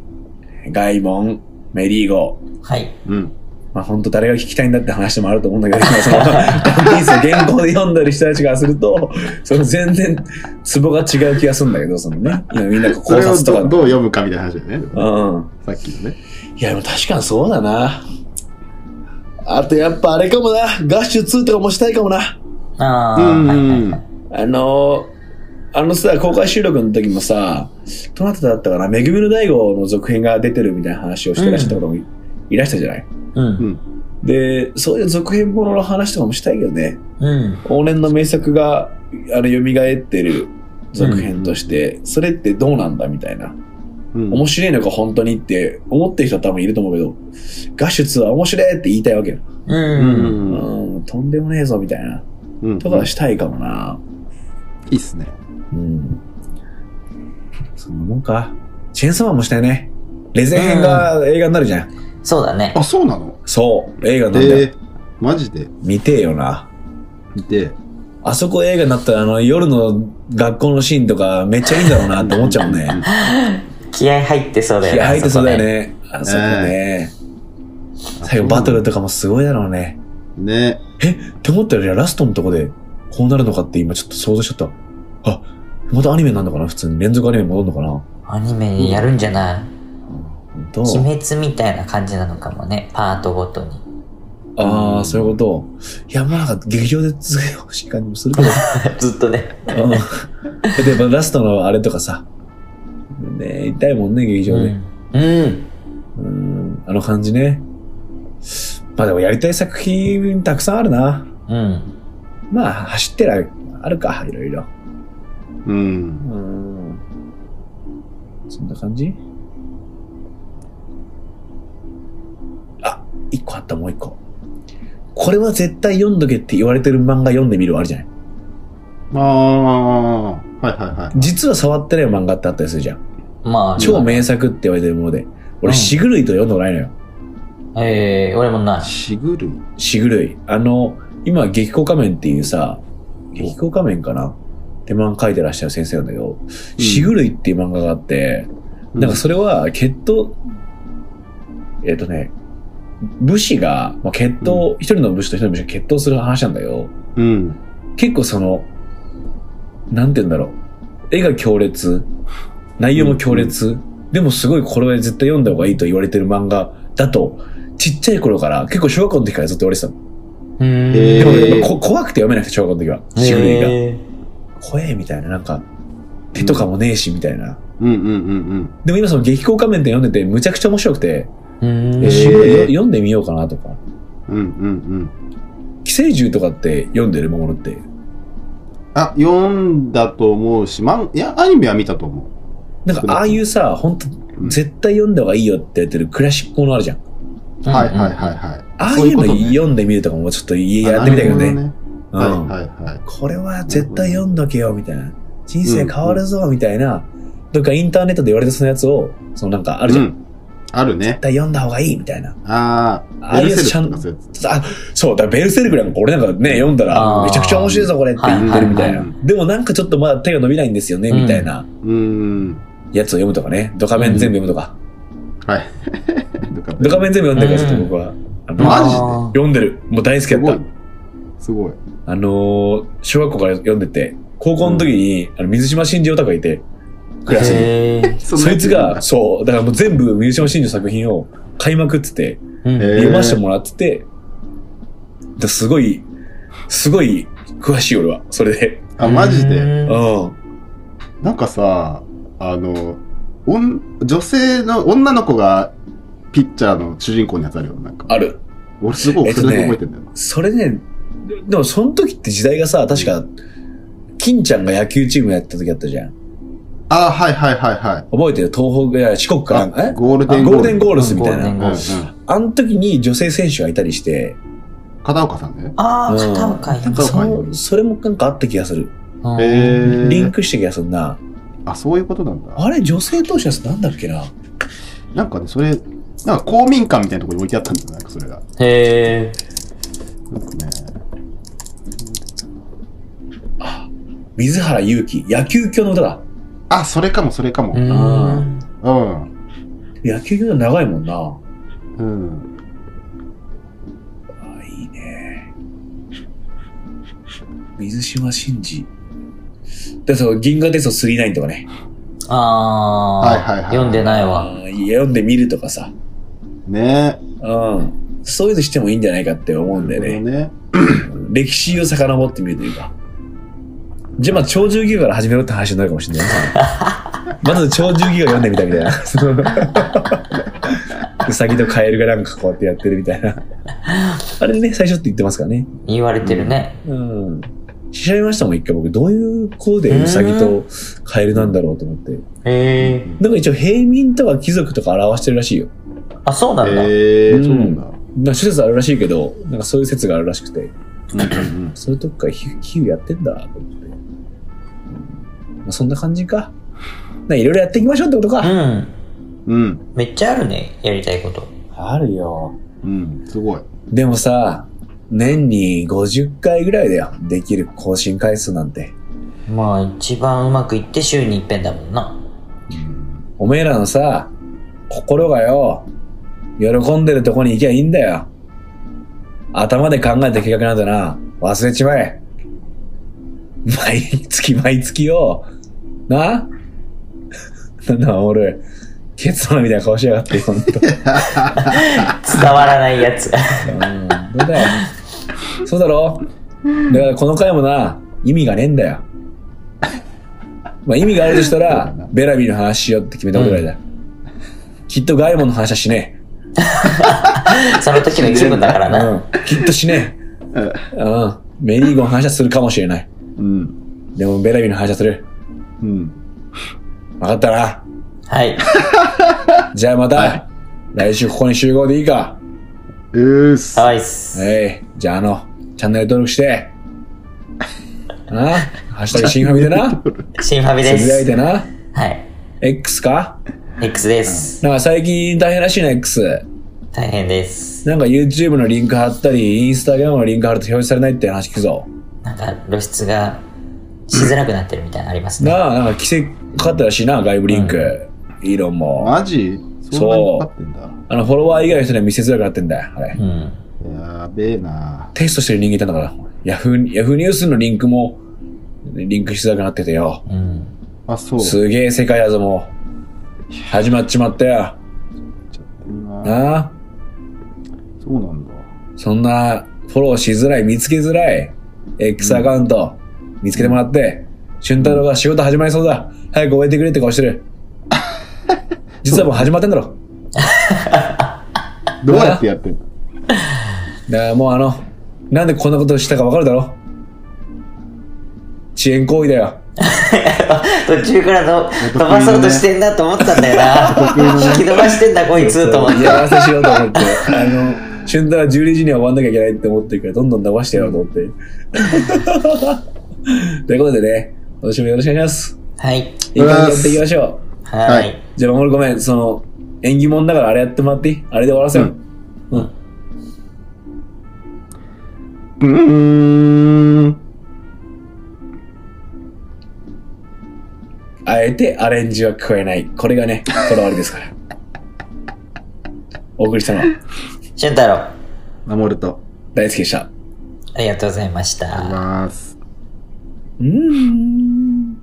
[SPEAKER 3] ー、ガイモン、メリーゴー。
[SPEAKER 1] はい。
[SPEAKER 2] うん
[SPEAKER 3] まあ本当誰が聞きたいんだって話でもあると思うんだけど、 今その、ワンピースを原稿で読んだり人たちがすると、その全然、ツボが違う気がするんだけど、そのね。今みんなこう
[SPEAKER 2] そ
[SPEAKER 3] 考
[SPEAKER 2] れを
[SPEAKER 3] 察とか
[SPEAKER 2] どどう読むかみたいな話だよね
[SPEAKER 3] うん。
[SPEAKER 2] さっきのね
[SPEAKER 3] いや、でも確かにそうだな。あとやっぱあれかもな。ガッシュ2とかもしたいかもな。
[SPEAKER 1] あ
[SPEAKER 2] う
[SPEAKER 1] あ、
[SPEAKER 2] ん
[SPEAKER 1] は
[SPEAKER 2] う
[SPEAKER 1] い
[SPEAKER 2] ん
[SPEAKER 1] はい
[SPEAKER 2] うん
[SPEAKER 1] はい。
[SPEAKER 3] あのー、あのさ、公開収録の時もさ、どなただったかな、めぐみの大悟の続編が出てるみたいな話をしてらっしゃった方もい,、らしたじゃない
[SPEAKER 1] うん。
[SPEAKER 3] で、そういう続編ものの話とかもしたいけどね。
[SPEAKER 1] うん。
[SPEAKER 3] 往年の名作が、あれ、蘇ってる続編として、それってどうなんだみたいな。
[SPEAKER 2] うん
[SPEAKER 3] 面白いのか本当にって思ってる人は多分いると思うけど、ガッシュ2は面白いって言いたいわけよ。
[SPEAKER 1] う。
[SPEAKER 2] うんんうん
[SPEAKER 3] うん、とんでもねえぞみたいな。
[SPEAKER 2] うん
[SPEAKER 3] とかはしたいかもな。
[SPEAKER 2] いいっすね
[SPEAKER 3] うん。そんなもんか。チェーンソーマンもしたいね。レゼン編が映画になるじゃん。
[SPEAKER 1] そうだね。
[SPEAKER 2] あそうなの
[SPEAKER 3] そう、映画なんだよ。
[SPEAKER 2] えーマジで
[SPEAKER 3] 見てえよな。
[SPEAKER 2] 見て
[SPEAKER 3] あそこ映画になったらあの夜の学校のシーンとかめっちゃいいんだろうなって思っちゃうもんね。
[SPEAKER 1] 気合入ってそうだよね。
[SPEAKER 3] 気合入ってそうだよね。あ
[SPEAKER 2] そ
[SPEAKER 3] そこ
[SPEAKER 2] こね
[SPEAKER 3] ね。最後バトルとかもすごいだろうね。
[SPEAKER 2] ね
[SPEAKER 3] って思ったよりラストのとこでこうなるのかって今ちょっと想像しちゃった。あ、またアニメになるのかな普通に連続アニメに戻るのかな
[SPEAKER 1] あそこね。アニメやるんじゃない、
[SPEAKER 3] 本当
[SPEAKER 1] 鬼滅みたいな感じなのかもね。パートごとに。
[SPEAKER 3] ああ、そういうこと。いや、まあなんか劇場で続けてほしい感じもするけど。
[SPEAKER 1] ずっとね。
[SPEAKER 3] うん例えばラストのあれとかさ。ね痛いもんね、劇場で。うん
[SPEAKER 1] うん。
[SPEAKER 3] あの感じね。まあでもやりたい作品たくさんあるな。
[SPEAKER 1] うん。
[SPEAKER 3] まあ走ってらあるか、いろいろ。
[SPEAKER 2] うん
[SPEAKER 3] うん。そんな感じあ、一個あった、もう一個。これは絶対読んどけって言われてる漫画読んでみるはあるじゃない
[SPEAKER 2] ああはいはいはい
[SPEAKER 3] 実は触ってない漫画ってあったりするじゃん。
[SPEAKER 1] まあ、
[SPEAKER 3] 超名作って言われてるもので。
[SPEAKER 1] うん
[SPEAKER 3] 俺、シグルイと読んだことないのよ。
[SPEAKER 1] ええ俺もない。
[SPEAKER 2] しぐる
[SPEAKER 3] シグルイ。あの、今、激高仮面っていうさ、激高仮面かなって漫画書いてらっしゃる先生なんだけど、シグルイっていう漫画があって、なんかそれは血統、えっ、とね、武士が、まあ、血統、一人の武士と一人の武士が決闘する話なんだよ。
[SPEAKER 2] うん
[SPEAKER 3] 結構その、なんて言うんだろう。絵が強烈。内容も強烈。でもすごいこれは絶対読んだ方がいいと言われてる漫画だと、ちっちゃい頃から、結構小学校の時からずっと言われてたの。
[SPEAKER 1] う
[SPEAKER 2] へ
[SPEAKER 3] で
[SPEAKER 2] え
[SPEAKER 3] も
[SPEAKER 1] ん。
[SPEAKER 3] やっぱこ怖くて読めなくて、小学校の時は。種類が。
[SPEAKER 1] え
[SPEAKER 3] 怖えみたいな、なんか、手とかもねえし、みたいな。
[SPEAKER 2] うんうんうん
[SPEAKER 3] でも今その激高仮面って読んでて、むちゃくちゃ面白くて、
[SPEAKER 1] えうん。
[SPEAKER 2] へえ
[SPEAKER 3] すごいよ読んでみようかなとか。
[SPEAKER 2] うんうんうんうん
[SPEAKER 3] 寄生獣とかって読んでるものって。
[SPEAKER 2] あ読んだと思うしまんいやアニメは見たと思
[SPEAKER 3] なんかああいうさ、本当
[SPEAKER 2] うん
[SPEAKER 3] 絶対読んだ方がいいよって言ってるクラシックものあるじゃん。
[SPEAKER 2] うはいはいはいはい
[SPEAKER 3] ああ
[SPEAKER 2] そう
[SPEAKER 3] い
[SPEAKER 2] いううこ
[SPEAKER 3] の
[SPEAKER 2] とね
[SPEAKER 3] 読んでみるとかもちょっとやってみたいけどね。う
[SPEAKER 2] あなるほど
[SPEAKER 3] ん
[SPEAKER 2] ねはいはいはい
[SPEAKER 3] これは絶対読んどけよ、みたいな。人生変わるぞ、みたいな。どっかインターネットで言われたそのやつを、そのなんかあ
[SPEAKER 2] あ
[SPEAKER 3] るじゃん。絶
[SPEAKER 2] あるね
[SPEAKER 3] 対読んだ方がいい、みたいな。
[SPEAKER 2] ああ
[SPEAKER 3] ああいうやつ
[SPEAKER 2] ベルセルクとかそういうやつ
[SPEAKER 3] あ、そう、だからベルセルクなんか俺なんかね、読んだ
[SPEAKER 1] あ
[SPEAKER 3] ら、
[SPEAKER 1] ー
[SPEAKER 3] めちゃくちゃ面白いぞ、これって言ってるみたい
[SPEAKER 2] は
[SPEAKER 3] ない
[SPEAKER 2] はい。
[SPEAKER 3] でもなんかちょっとまだ手が伸びないんですよね、みたいな
[SPEAKER 2] うん
[SPEAKER 3] やつを読むとかね。ドカ面全部読むとか。
[SPEAKER 2] はいとか
[SPEAKER 3] ドカ面全部読んでるから、ちょっと僕は。あの
[SPEAKER 2] マジで
[SPEAKER 3] 読んでる。もう大好き
[SPEAKER 2] す
[SPEAKER 3] だ
[SPEAKER 2] ご
[SPEAKER 3] っ
[SPEAKER 2] い
[SPEAKER 3] た。
[SPEAKER 2] すごい
[SPEAKER 3] あのー、小学校から読んでて、高校の時に、あの水島新司オタクがいて、クラスに。
[SPEAKER 1] へえ
[SPEAKER 2] そんな
[SPEAKER 3] そ
[SPEAKER 2] や
[SPEAKER 3] い
[SPEAKER 2] つ
[SPEAKER 3] つが、そう、だからもう全部水島新司の作品を買いまくってて、
[SPEAKER 1] うん
[SPEAKER 2] えー
[SPEAKER 3] 読ませてもらってて、ですごい、すごい詳しい俺は、それで。
[SPEAKER 2] あ、マジ
[SPEAKER 1] う
[SPEAKER 2] で。
[SPEAKER 1] ん
[SPEAKER 3] うん。
[SPEAKER 2] なんかさ、あの、おん女性の、女の子がピッチャーの主人公のやつあるよ。なんか。
[SPEAKER 3] ある。
[SPEAKER 2] 俺すごいそれだけ覚えてんだよ。
[SPEAKER 3] それね、でもその時って時代がさ、確か、金ちゃんが野球チームやった時あったじゃん。
[SPEAKER 2] あ、はいはいはいはい。
[SPEAKER 3] 覚えてる東北、いや四国かなんか、
[SPEAKER 2] あ
[SPEAKER 3] え
[SPEAKER 2] ゴール
[SPEAKER 3] あ
[SPEAKER 2] デン
[SPEAKER 3] ゴールデンゴー
[SPEAKER 2] ー
[SPEAKER 3] ルスみたい
[SPEAKER 1] ゴールデンゴ
[SPEAKER 3] な。
[SPEAKER 1] ール
[SPEAKER 2] うん
[SPEAKER 3] あの時に女性選手がいたりして、
[SPEAKER 2] うん。片岡さんね。
[SPEAKER 1] ああ、
[SPEAKER 3] うん
[SPEAKER 1] 片岡や。
[SPEAKER 2] 片岡
[SPEAKER 3] そそれもなんかあった気がする。
[SPEAKER 1] うん
[SPEAKER 2] へ
[SPEAKER 3] リン
[SPEAKER 2] え。
[SPEAKER 3] クした気がするな。
[SPEAKER 2] あ、そういうことなんだ。
[SPEAKER 3] あれ、女性投手のやつなんだっけな
[SPEAKER 2] なんかね、それ、なんか公民館みたいなところに置いてあったんだよ。なんかそれが。
[SPEAKER 1] へえ。
[SPEAKER 2] なんかね。
[SPEAKER 3] 水原祐希、野球教の歌だ。
[SPEAKER 2] あ、それかもそれかも。
[SPEAKER 1] う
[SPEAKER 2] うん。
[SPEAKER 1] ん。
[SPEAKER 3] 野球教の歌長いもんな。
[SPEAKER 2] うん。
[SPEAKER 3] あいいね。水島真司。だからその銀河鉄道39とかね。
[SPEAKER 1] ああ、
[SPEAKER 2] はいはいはい
[SPEAKER 1] 読んでないわ。
[SPEAKER 3] あーいや読んでみるとかさ。
[SPEAKER 2] ね
[SPEAKER 3] うん。そういうのしてもいいんじゃないかって思うんだよ
[SPEAKER 2] なる
[SPEAKER 3] ね
[SPEAKER 2] ほ。どね。
[SPEAKER 3] 歴史を遡ってみるというか。じゃあまあ、鳥獣戯画から始めろって話になるかもしれないな。まず鳥獣戯画読んでみたみたいな その。うさぎとカエルがなんかこうやってやってるみたいな。あれね、最初って言ってますからね。
[SPEAKER 1] 言われてるね。
[SPEAKER 3] うん。調べましたもん、一回僕。どういう子でウサギとカエルなんだろうと思って。
[SPEAKER 1] へえ。
[SPEAKER 3] なんか一応平民とか貴族とか表してるらしいよ。
[SPEAKER 1] あ、そうなんだ。
[SPEAKER 2] え
[SPEAKER 3] うん
[SPEAKER 2] ー、そうなんだ。
[SPEAKER 3] なんか諸説あるらしいけど、なんかそういう説があるらしくて。
[SPEAKER 2] うんうんうん
[SPEAKER 3] そういうとこから比比喩やってんだと思って。うんまあ、そんな感じか。ないろいろやっていきましょうってこと
[SPEAKER 1] う
[SPEAKER 3] か。
[SPEAKER 1] ん。
[SPEAKER 2] うん。
[SPEAKER 1] めっちゃあるね。やりたいこと。
[SPEAKER 3] あるよ。
[SPEAKER 2] うん。すごい。
[SPEAKER 3] でもさ、年に50回ぐらいだよ。できる更新回数なんて。
[SPEAKER 1] まあ、一番うまくいって週に一遍だもんな。
[SPEAKER 2] うん
[SPEAKER 3] おめえらのさ、心がよ、喜んでるとこに行きゃいいんだよ。頭で考えた計画なんてな、忘れちまえ。毎月毎月よ、な なんだ俺、ケツのみたいな顔しやがって、ほんと。
[SPEAKER 1] 伝わらないやつ。
[SPEAKER 3] うん、どうだよ。そうだろだからこの回もな、意味がねえんだよ。まあ意味があるとしたら、ベラビーの話しようって決めたことぐらいだ。きっとガイモンの話はしね
[SPEAKER 1] その時の気分だから
[SPEAKER 3] え。う
[SPEAKER 1] な。
[SPEAKER 3] ん。きっとしねえ。うん。メリーゴンの話はするかもしれない。
[SPEAKER 2] うん。
[SPEAKER 3] でもベラビーの話はする。
[SPEAKER 2] うん。
[SPEAKER 3] わかったな。
[SPEAKER 1] はい。
[SPEAKER 3] じゃあまた、
[SPEAKER 2] はい
[SPEAKER 3] 来週ここに集合でいいか。
[SPEAKER 2] うーっす。
[SPEAKER 1] はいっす。
[SPEAKER 3] はい。じゃああの、チャンネル登録して。あハッシュタグ新ファミ でな。
[SPEAKER 1] 新ファミで
[SPEAKER 3] つぶやい
[SPEAKER 1] す。
[SPEAKER 3] てな。
[SPEAKER 1] はい。
[SPEAKER 3] X か
[SPEAKER 1] X です。
[SPEAKER 3] なんか最近大変らしいな、X。
[SPEAKER 1] 大変です。
[SPEAKER 3] なんか YouTube のリンク貼ったり、Instagram のリンク貼ると表示されないって話聞くぞ。
[SPEAKER 1] なんか露出がしづらくなってるみたいなのありますね。
[SPEAKER 3] なあ、なんか規制かかったらしいな、外部リンク。イーロンも。
[SPEAKER 2] マジそんなにかかってんだ。
[SPEAKER 3] あの、フォロワー以外の人には見せづらくなってんだよ、あれ
[SPEAKER 1] う。ん。
[SPEAKER 2] やべえな
[SPEAKER 3] テストしてる人間いたんだから。ヤフー、ヤフーニュースのリンクも、リンクしづらくなっててよ。
[SPEAKER 1] うん。
[SPEAKER 2] あ、そう。
[SPEAKER 3] すげえ世界だぞ、もう。始まっちまったよ。
[SPEAKER 2] 今
[SPEAKER 3] なあ。
[SPEAKER 2] そうなんだ。
[SPEAKER 3] そんな、フォローしづらい、見つけづらい、X アカウント、見つけてもらって、俊太郎が仕事始まりそうだ。早く終えてくれって顔して る。実はもう始まってんだろ。
[SPEAKER 2] どうやってやってんの
[SPEAKER 3] だからもうあの、なんでこんなことしたかわかるだろ。遅延行為だよ。
[SPEAKER 1] 途中からの飛ばそうとしてんなと思ったんだよな。引き伸ばしてんだこいつと思って。
[SPEAKER 3] 嫌がらせしようと思 って。あの、俊太郎は12時には終わんなきゃいけないって思ってるから、どんどん伸ばしてやろうと思 って。ということでね、今年もよろしくお願いします。
[SPEAKER 1] はい。
[SPEAKER 3] いい感じでやっていきましょう。
[SPEAKER 1] は
[SPEAKER 2] はいい。
[SPEAKER 3] じゃあ、守ごめん、その、縁起物だからあれやってもらっていいあれで終わらせよう。うん。
[SPEAKER 2] うーん。
[SPEAKER 3] あえてアレンジは加えない。これが ね、こだわりですから。お送りしたのは
[SPEAKER 1] 俊太郎、あ
[SPEAKER 2] 守ると。
[SPEAKER 3] 大好きでした。
[SPEAKER 1] りがとうございまし
[SPEAKER 2] い
[SPEAKER 1] た。
[SPEAKER 2] ます。
[SPEAKER 3] うーん。